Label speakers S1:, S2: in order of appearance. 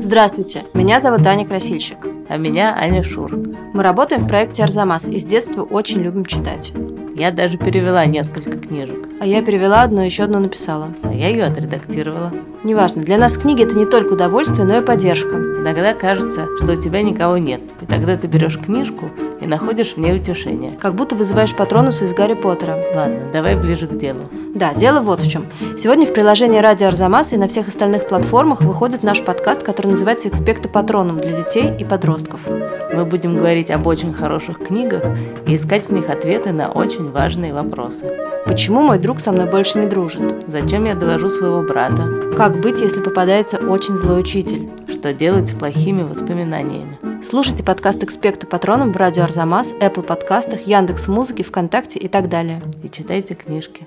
S1: Здравствуйте, меня зовут Аня Красильщик.
S2: А меня Аня Шур.
S1: Мы работаем в проекте «Арзамас» и с детства очень любим читать.
S2: Я даже перевела несколько книжек,
S1: А я перевела одну, еще одну написала.
S2: а я ее отредактировала.
S1: Неважно, для нас книги – это не только удовольствие, но и поддержка.
S2: Иногда кажется, что у тебя никого нет, и тогда ты берешь книжку и находишь в ней утешение.
S1: Как будто вызываешь патронуса из «Гарри Поттера».
S2: Ладно, давай ближе к делу.
S1: Да, дело вот в чем. Сегодня в приложении «Радио Арзамас» и на всех остальных платформах выходит наш подкаст, который называется «Экспекта Патроном» для детей и подростков.
S2: Мы будем говорить об очень хороших книгах и искать в них ответы на очень важные вопросы.
S1: Почему мой друг со мной больше не дружит?
S2: Зачем я довожу своего брата?
S1: Как быть, если попадается очень злой учитель?
S2: Что делать с плохими воспоминаниями?
S1: Слушайте подкаст «Экспекта Патроном» в Радио Арзамас, Apple подкастах, Яндекс.Музыке, ВКонтакте и так далее.
S2: И читайте книжки.